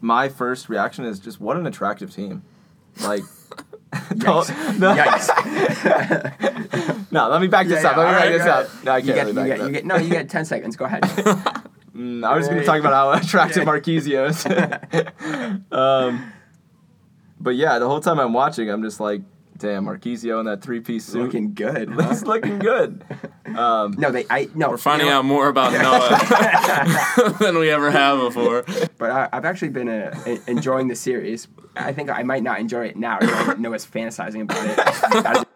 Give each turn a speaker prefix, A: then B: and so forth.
A: my first reaction is just what an attractive team. Like, no, no, no, let me back this
B: Yeah,
A: up.
B: yeah,
A: Let me back
B: all right,
A: this
B: go
A: up.
B: ahead.
A: No, I can't
B: You get,
A: really back
B: you get,
A: it up.
B: you get, no, you get 10 seconds. Go ahead.
A: Mm, I was going to
B: Right.
A: talk about how attractive
B: Yeah.
A: Marquisio is. um, but yeah, the whole time I'm watching, I'm just like, damn, Marquisio in that three piece suit.
B: Looking good. huh?
A: He's looking good. Um,
B: No, they. I no.
C: We're finding out more about Noah than we ever have before.
B: But I, I've actually been uh, e- enjoying the series. I think I might not enjoy it now. I know it's fantasizing about it. As